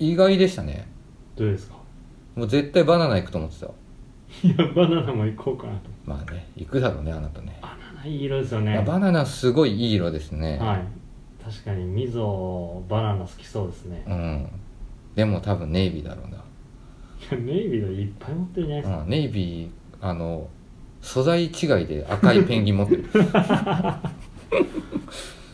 Speaker 1: 意外でしたね
Speaker 2: どうですか
Speaker 1: もう絶対バナナ行くと思ってたわ
Speaker 2: いやバナナも行こうかなと
Speaker 1: まあね行くだろうねあなたね
Speaker 2: バナナいい色ですよ
Speaker 1: いや
Speaker 2: ね
Speaker 1: バナナすごいいい色ですね、
Speaker 2: はい確かにみぞバナナ好きそうですね
Speaker 1: うんでも多分ネイビーだろうな、
Speaker 2: いやネイビーのいっぱい持ってるじゃないですか、
Speaker 1: うん、ネイビーあの素材違いで赤いペンギン持 ってる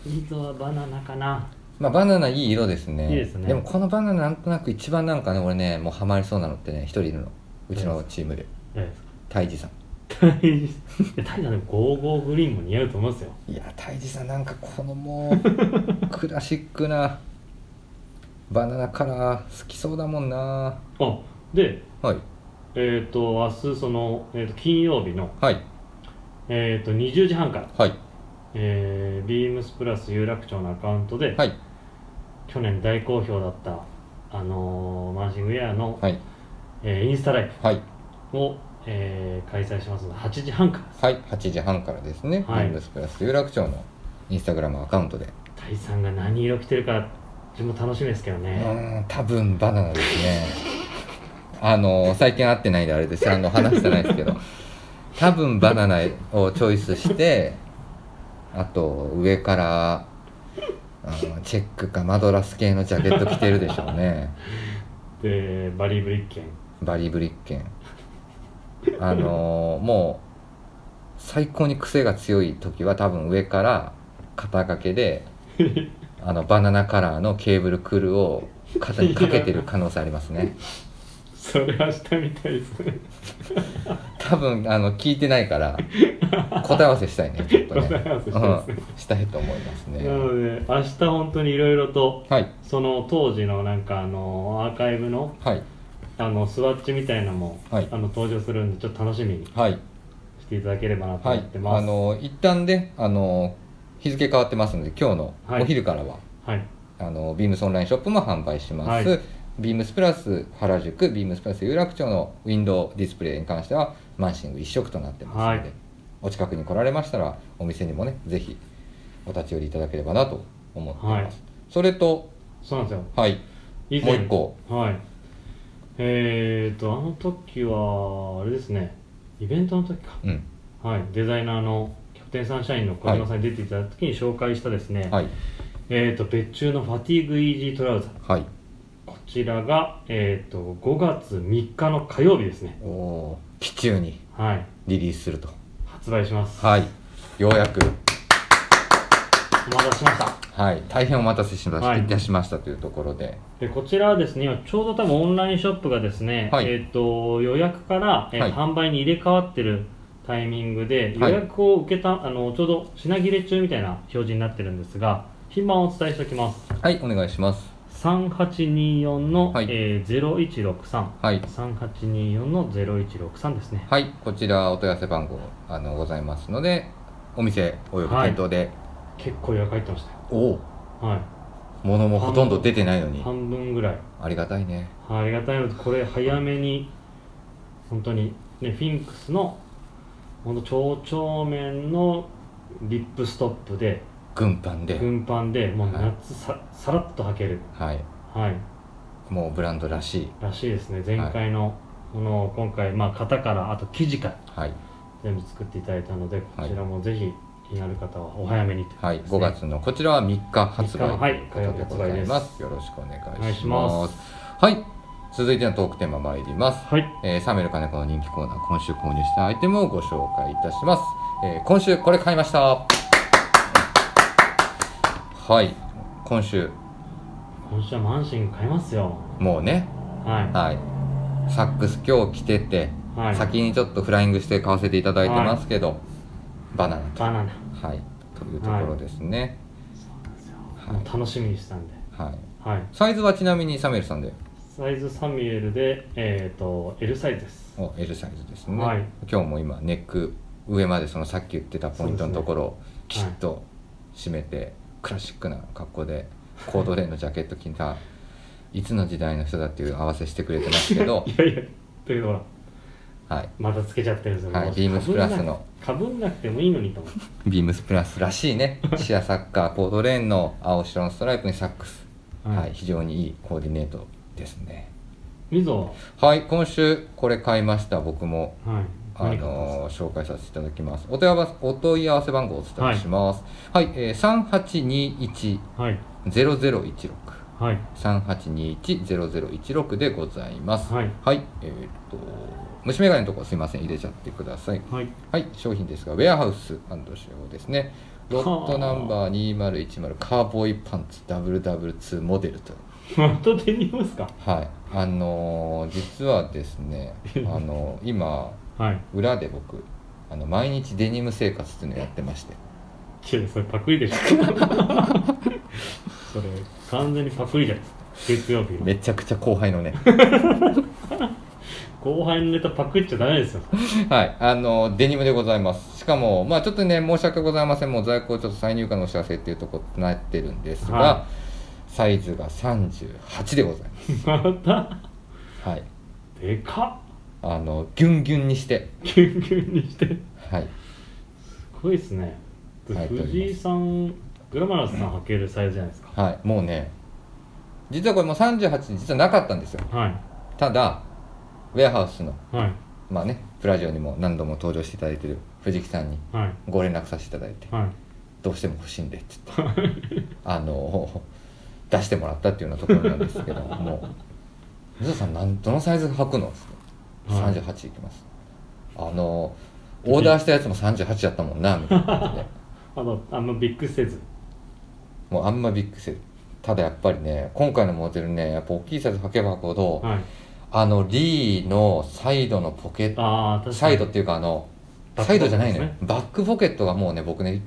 Speaker 2: みぞはバナナかな
Speaker 1: まあバナナいい色ですね
Speaker 2: いいですね
Speaker 1: もこのバナナなんとなく一番なんかね俺ねもうハマりそうなのってね一人いるのうちのチームで
Speaker 2: 誰ですか
Speaker 1: 泰治さん
Speaker 2: 大事 いや大事でもゴーゴーグリーンも似合うと思うんですよ
Speaker 1: いや泰治さんなんかこのも うクラシックなバナナカラー好きそうだもんな
Speaker 2: あで
Speaker 1: はい
Speaker 2: えっ、と明日その、えー、と金曜日の、
Speaker 1: はい
Speaker 2: えー、と20時半から、
Speaker 1: はい
Speaker 2: えー、ビームスプラス有楽町のアカウントで、
Speaker 1: はい
Speaker 2: 去年大好評だったあのーマーシングウェアの、
Speaker 1: はい
Speaker 2: えーインスタライ
Speaker 1: はい
Speaker 2: ブを、えー開催しますので8時半から
Speaker 1: はい、8時半からですね、
Speaker 2: はい
Speaker 1: ビームスプラス有楽町のインスタグラムアカウントで、
Speaker 2: 大さんが何色着てるか自分も楽しみですけど
Speaker 1: う
Speaker 2: ね、
Speaker 1: ーん、多分バナナですね。あの、最近会ってないんであれです、あの、話してないですけど、多分バナナをチョイスして、あと、上から、うんチェックかマドラス系のジャケット着てるでしょうね。
Speaker 2: でバリーブリッケン
Speaker 1: バリブリッケン。あのーもう、最高に癖が強い時は多分上から肩掛け で、あの、バナナカラーのケーブルクルーを肩にかけてる可能性ありますね。
Speaker 2: それ明日みたいですね
Speaker 1: 多分、あの、聞いてないから、答え合わせした いね、ちょっとね。
Speaker 2: 答え合わせしたいですね
Speaker 1: うんしたいと思いますね。
Speaker 2: なので明日本当にいろいろと
Speaker 1: はい、
Speaker 2: その当時のなんかあのアーカイブの
Speaker 1: はい、
Speaker 2: あのスワッチみたいなのも、
Speaker 1: はい
Speaker 2: あの登場するんでちょっと楽しみに
Speaker 1: はい、
Speaker 2: していただければなと
Speaker 1: は
Speaker 2: 思
Speaker 1: い
Speaker 2: っ。てま
Speaker 1: あ
Speaker 2: す、
Speaker 1: のー一旦ね、あのー日付変わってますので、今日のお昼からは、
Speaker 2: はい
Speaker 1: あのビームスオンラインショップも販売します、
Speaker 2: はい
Speaker 1: ビームスプラス原宿ビームスプラス有楽町のウィンドウディスプレイに関してはマンシング一色となってますので、
Speaker 2: はい
Speaker 1: お近くに来られましたらお店にもねぜひお立ち寄りいただければなと思っています、
Speaker 2: はい
Speaker 1: それと
Speaker 2: そうなんですよ
Speaker 1: はい
Speaker 2: 以
Speaker 1: もう
Speaker 2: 前
Speaker 1: 一個
Speaker 2: はいえーとあの時はあれですねイベントの時か
Speaker 1: うん
Speaker 2: はいデザイナーのキャプテンサンシャインの小島さんに出ていただいた時に紹介したですね、
Speaker 1: はい
Speaker 2: えーと別注のファティーグイージートラウザー
Speaker 1: はい
Speaker 2: こちらが、えー、と5月3日の火曜日ですね
Speaker 1: おおー期中に
Speaker 2: はい
Speaker 1: リリースすると
Speaker 2: 発売します
Speaker 1: はいようやく
Speaker 2: お待たせしました
Speaker 1: はい大変お待たせしまし、
Speaker 2: はい
Speaker 1: いたしましたというところで
Speaker 2: でこちらはですね今ちょうど多分オンラインショップがですね、
Speaker 1: はい
Speaker 2: えー、と予約から、えー
Speaker 1: はい
Speaker 2: 販売に入れ替わってるタイミングで予
Speaker 1: はい
Speaker 2: 約を受けた、あのちょうど品切れ中みたいな表示になってるんですが品番をお伝えしておきます
Speaker 1: はいお願いします
Speaker 2: 3824の、
Speaker 1: はい
Speaker 2: えー、0163
Speaker 1: はい
Speaker 2: 3824の0163ですね
Speaker 1: はい、こちらお問い合わせ番号あのございますので、お店および店頭で、
Speaker 2: 結構予約入ってましたよ
Speaker 1: おお、
Speaker 2: は
Speaker 1: 物もほとんど出てないの
Speaker 2: い
Speaker 1: に、
Speaker 2: 半分ぐらい
Speaker 1: ありがたいね。
Speaker 2: はいありがたいのでこれ早めに本当にねフィンクスの本当超長面のリップストップで
Speaker 1: 軍パンで、
Speaker 2: 軍パンでもう
Speaker 1: はい
Speaker 2: 夏さ,、さらっと履ける
Speaker 1: はい、
Speaker 2: はい
Speaker 1: もうブランドらしい。
Speaker 2: らしいですね前回のものを今回まあ型からあと生地から
Speaker 1: はい、
Speaker 2: 全部作っていただいたのでこ
Speaker 1: はい
Speaker 2: ちらもぜひ気になる方はお早めにと
Speaker 1: はい、
Speaker 2: ですね
Speaker 1: 5月のこちらは3日発売
Speaker 2: 3日はい
Speaker 1: ということでございます。よろしくお願いし
Speaker 2: お願
Speaker 1: ま
Speaker 2: い
Speaker 1: す
Speaker 2: し。
Speaker 1: はい、続いてのトークテーマ参ります。
Speaker 2: はい
Speaker 1: えーサメルカネコの人気コーナー今週購入したアイテムをご紹介いたします、えー今週これ買いましたはい今週
Speaker 2: 今週はマンシング買いますよ
Speaker 1: もうね
Speaker 2: は
Speaker 1: はいサックス今日着てて、
Speaker 2: いはい
Speaker 1: 先にちょっとフライングして買わせていただいてますけど、バナナと
Speaker 2: バナナ
Speaker 1: はいというところですね、はい
Speaker 2: もう楽しみにしたんで
Speaker 1: はい
Speaker 2: はい
Speaker 1: サイズはちなみにサメルさんで
Speaker 2: サイズサミュエルで、えっ、と、L サイズです。
Speaker 1: お L サイズですね、
Speaker 2: はい
Speaker 1: 今日も今ネック上までそのさっき言ってたポイントのところをき
Speaker 2: そ
Speaker 1: ちっ
Speaker 2: うですね
Speaker 1: と締めて、クラシックな格好でコードレーンのジャケット着たいつの時代の人だっていう合わせしてくれてますけ ど
Speaker 2: いやいや、というほら、
Speaker 1: はい
Speaker 2: またつけちゃってるんですよ。
Speaker 1: はい
Speaker 2: もう
Speaker 1: ビームスプラスの。
Speaker 2: かぶんなくてもいいのにと思って。
Speaker 1: ビームスプラスらしい ねシアサッカーコードレーンの青白のストライプにサックス、はい
Speaker 2: はい
Speaker 1: 非常にいいコーディネートですね
Speaker 2: みぞ
Speaker 1: はい今週これ買いました僕も
Speaker 2: は、はい、
Speaker 1: あ
Speaker 2: 何買ったん
Speaker 1: の
Speaker 2: ですか
Speaker 1: ー紹介させていただきますお問い合わせお問い合わせ番号をお伝えしますはい、えー、
Speaker 2: はい
Speaker 1: 3821-0016
Speaker 2: はい
Speaker 1: 3821-0016でございます
Speaker 2: はい
Speaker 1: えーっと虫眼鏡のとこすいません入れちゃってください
Speaker 2: はい
Speaker 1: はい商品ですがウェアハウス使用ですねロットナンバー2010カーボーイパンツ WW2 モデルと
Speaker 2: また手にますか
Speaker 1: はいあのー実はです ねあのー今
Speaker 2: はい
Speaker 1: 裏で僕あの毎日デニム生活っていうのやってまして
Speaker 2: 違うそれパクリ でしょそれ完全にパクリじゃないですか月曜日の
Speaker 1: めちゃくちゃ後輩のね
Speaker 2: 後輩のネタパクっちゃダメですよ
Speaker 1: はいあのデニムでございますしかもまあちょっとね申し訳ございませんもう在庫をちょっと再入荷のお知らせっていうとこになってるんですが、
Speaker 2: は
Speaker 1: サイズが38でございま
Speaker 2: また
Speaker 1: すはい
Speaker 2: でか
Speaker 1: あのギュンギュンにして
Speaker 2: っキュンキュンにしてす
Speaker 1: はい
Speaker 2: ごいですね
Speaker 1: はい
Speaker 2: 藤井さんグラマラスさん履けるサイズじゃないですか
Speaker 1: はいもうね実はこれもう38実はなかったんですよ
Speaker 2: はい
Speaker 1: ただウェアハウスの
Speaker 2: はい
Speaker 1: まあねプラジオにも何度も登場していただいてる藤木さんに
Speaker 2: はい
Speaker 1: ご連絡させていただいて
Speaker 2: はい
Speaker 1: どうしても欲しいんでって言ってあの出してもらったっていうようなところなんですけども「水田さんなんどのサイズ履くの?」っつって「
Speaker 2: はい
Speaker 1: 38いきます」あのオーダーしたやつも38やったもんな」みたいな感じで
Speaker 2: あのあんまびっくりせず
Speaker 1: もうあんまびっくりせずただやっぱりね今回のモデルねやっぱ大きいサイズ履けば履くほど、
Speaker 2: はい
Speaker 1: あのリーのサイドのポケット
Speaker 2: ああ確かに
Speaker 1: サイドっていうかあの
Speaker 2: バック
Speaker 1: サイドじゃないのよ、
Speaker 2: ポケット
Speaker 1: バックポケットがもうね僕ね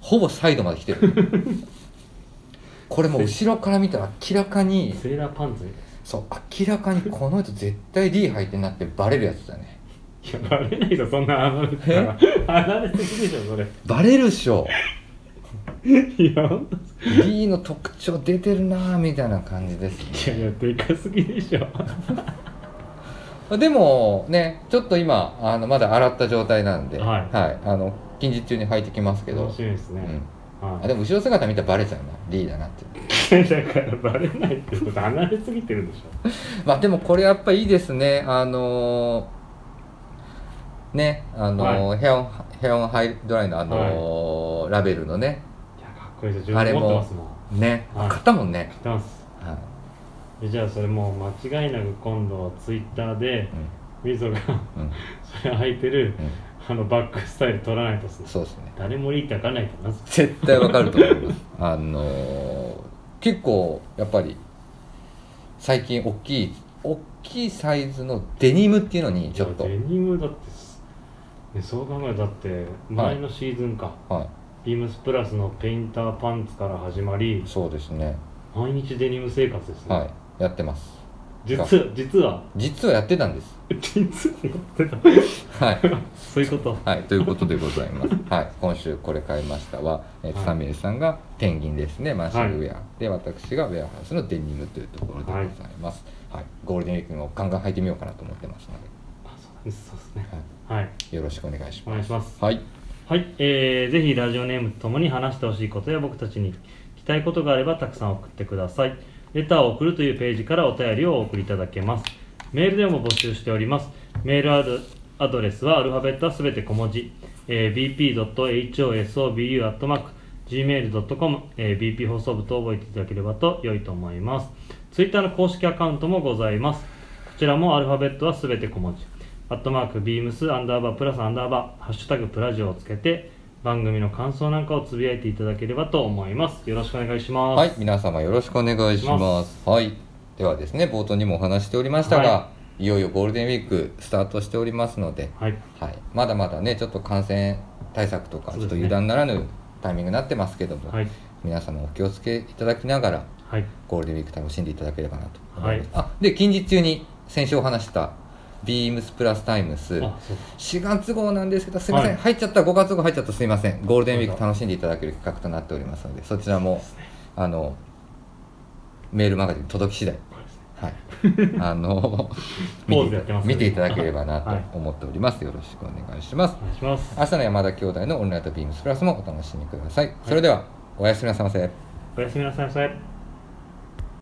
Speaker 1: ほぼサイドまで来て るこれもう後ろから見たら明らかに
Speaker 2: セーラーパンツみ
Speaker 1: そう明らかにこの人絶対 D 履いてんなってバレるやつだね
Speaker 2: たいないやバレないぞそんな離れてたら離れすぎでしょそれ
Speaker 1: バレるっしょ
Speaker 2: いやほんと
Speaker 1: D の特徴出てるなーみたいな感じです
Speaker 2: いやいやでかすぎでしょ
Speaker 1: でもねちょっと今あのまだ洗った状態なんで、
Speaker 2: はい
Speaker 1: あの近日中に履いてきますけど
Speaker 2: 楽しみですね、
Speaker 1: うん、
Speaker 2: は
Speaker 1: あでも後ろ姿見たらバレちゃうな D だなって
Speaker 2: い、だからバレないってこと離れすぎてるでしょ
Speaker 1: まあでもこれやっぱいいですねあのーねあのーヘアオンヘアオンハイドライのあのーラベルのね
Speaker 2: いやかっこいいですよ自分持ってますもん
Speaker 1: ね、
Speaker 2: はい
Speaker 1: 買ったもんね
Speaker 2: 買、ってます
Speaker 1: は
Speaker 2: でじゃあそれもう間違いなく今度はツイッターで
Speaker 1: いうん
Speaker 2: みぞが
Speaker 1: うん
Speaker 2: それ履いてる
Speaker 1: うん
Speaker 2: あのバックスタイル取らないとっすね
Speaker 1: そうですね
Speaker 2: 誰もリーって開かないとな
Speaker 1: 絶対わかると思いますあのー結構やっぱり最近大きい大きいサイズのデニムっていうのにちょっと
Speaker 2: いやデニムだってす、ね、そう考えたらだって前のシーズンか、
Speaker 1: は
Speaker 2: ビームスプラスのペインターパンツから始まり
Speaker 1: いそうですね
Speaker 2: 毎日デニム生活ですね、
Speaker 1: はいやってます
Speaker 2: 実は実は
Speaker 1: 実はやってたんです
Speaker 2: 実はやってた
Speaker 1: はい
Speaker 2: そういうこと
Speaker 1: はい、ということでございます。はい、今週これ買いましたは、えーと
Speaker 2: はい
Speaker 1: サミュエルさんがペンギンですね、マンシングウェア、で私がウェアハウスのデニムというところでございます。はい、ゴールデンウィークもガンガン履いてみようかなと思ってますので、
Speaker 2: あそうなんですそうですね
Speaker 1: は
Speaker 2: はい
Speaker 1: い、よろしくお願いし
Speaker 2: お
Speaker 1: ま
Speaker 2: 願いします
Speaker 1: す。はい、
Speaker 2: はい、えーぜひラジオネームとともに話してほしいことや僕たちに聞きたいことがあればたくさん送ってくださいレターを送るというページからお便りをお送りいただけますメールでも募集しておりますメールアドアドレスはアルファベットはすべて小文字、えー bp.hosobu.gmail.com、えー bp 放送部と覚えていただければと良いと思いますツイッターの公式アカウントもございますこちらもアルファベットはすべて小文字アットマークビームスアンダーバープラスアンダーバーハッシュタグプラジオをつけて番組の感想なんかをつぶやいていただければと思いますよろしくお願いします
Speaker 1: はい、皆様よろしくお願いします。はい、ではですね、冒頭にもお話ししておりましたが、、
Speaker 2: はい
Speaker 1: よいよゴールデンウィークスタートしておりますので、
Speaker 2: はい
Speaker 1: はい、まだまだね、ちょっと感染対策とか、
Speaker 2: そ
Speaker 1: ち
Speaker 2: う
Speaker 1: ょっ
Speaker 2: です
Speaker 1: と
Speaker 2: ね
Speaker 1: 油断ならぬタイミングになってますけども、
Speaker 2: はい
Speaker 1: 皆様お気をつけいただきながら
Speaker 2: はい
Speaker 1: ゴールデンウィーク楽しんでいただければなと思
Speaker 2: はいい
Speaker 1: ます、あで近日中に先週お話したビームスプラスタイムス
Speaker 2: あそう
Speaker 1: 4月号なんですけどすいません、
Speaker 2: はい
Speaker 1: 入っちゃった5月号入っちゃったすいませんゴールデンウィーク楽しんでいただける企画となっておりますのでそちらもあのメールマガジン届き次第
Speaker 2: これですね
Speaker 1: はいあの
Speaker 2: ポ
Speaker 1: 見
Speaker 2: ーズ
Speaker 1: て
Speaker 2: やってますね
Speaker 1: 見ていただければな
Speaker 2: はい
Speaker 1: と思っております、よろしくお願いします
Speaker 2: お願いします
Speaker 1: 明日の山田兄弟のオンライトビームスプラスもお楽しみください、それではおやすみなさいませ
Speaker 2: おやすみなさいませ